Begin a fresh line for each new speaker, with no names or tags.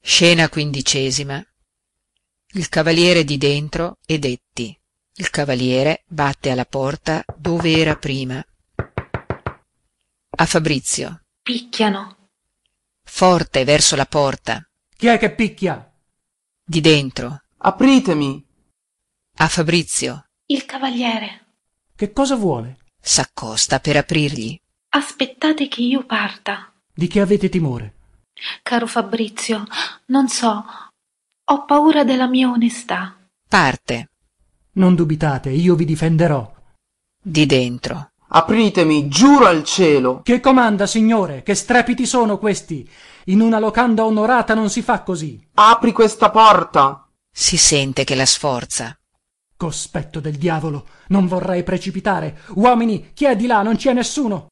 scena xv il cavaliere di dentro e detti il cavaliere batte alla porta dov'era prima a fabrizio
picchiano
forte verso la porta
chi è che picchia
di dentro
apritemi
a fabrizio
il cavaliere
che cosa vuole
s'accosta per aprirgli
aspettate che io parta
di che avete timore
caro fabrizio non so ho paura della mia onestà
parte
non dubitate io vi difenderò
di dentro
apritemi giuro al cielo
che comanda signore che strepiti sono questi in una locanda onorata non si fa così
apri questa porta
si sente che la sforza
cospetto del diavolo non vorrei precipitare uomini chi è di là non ci è nessuno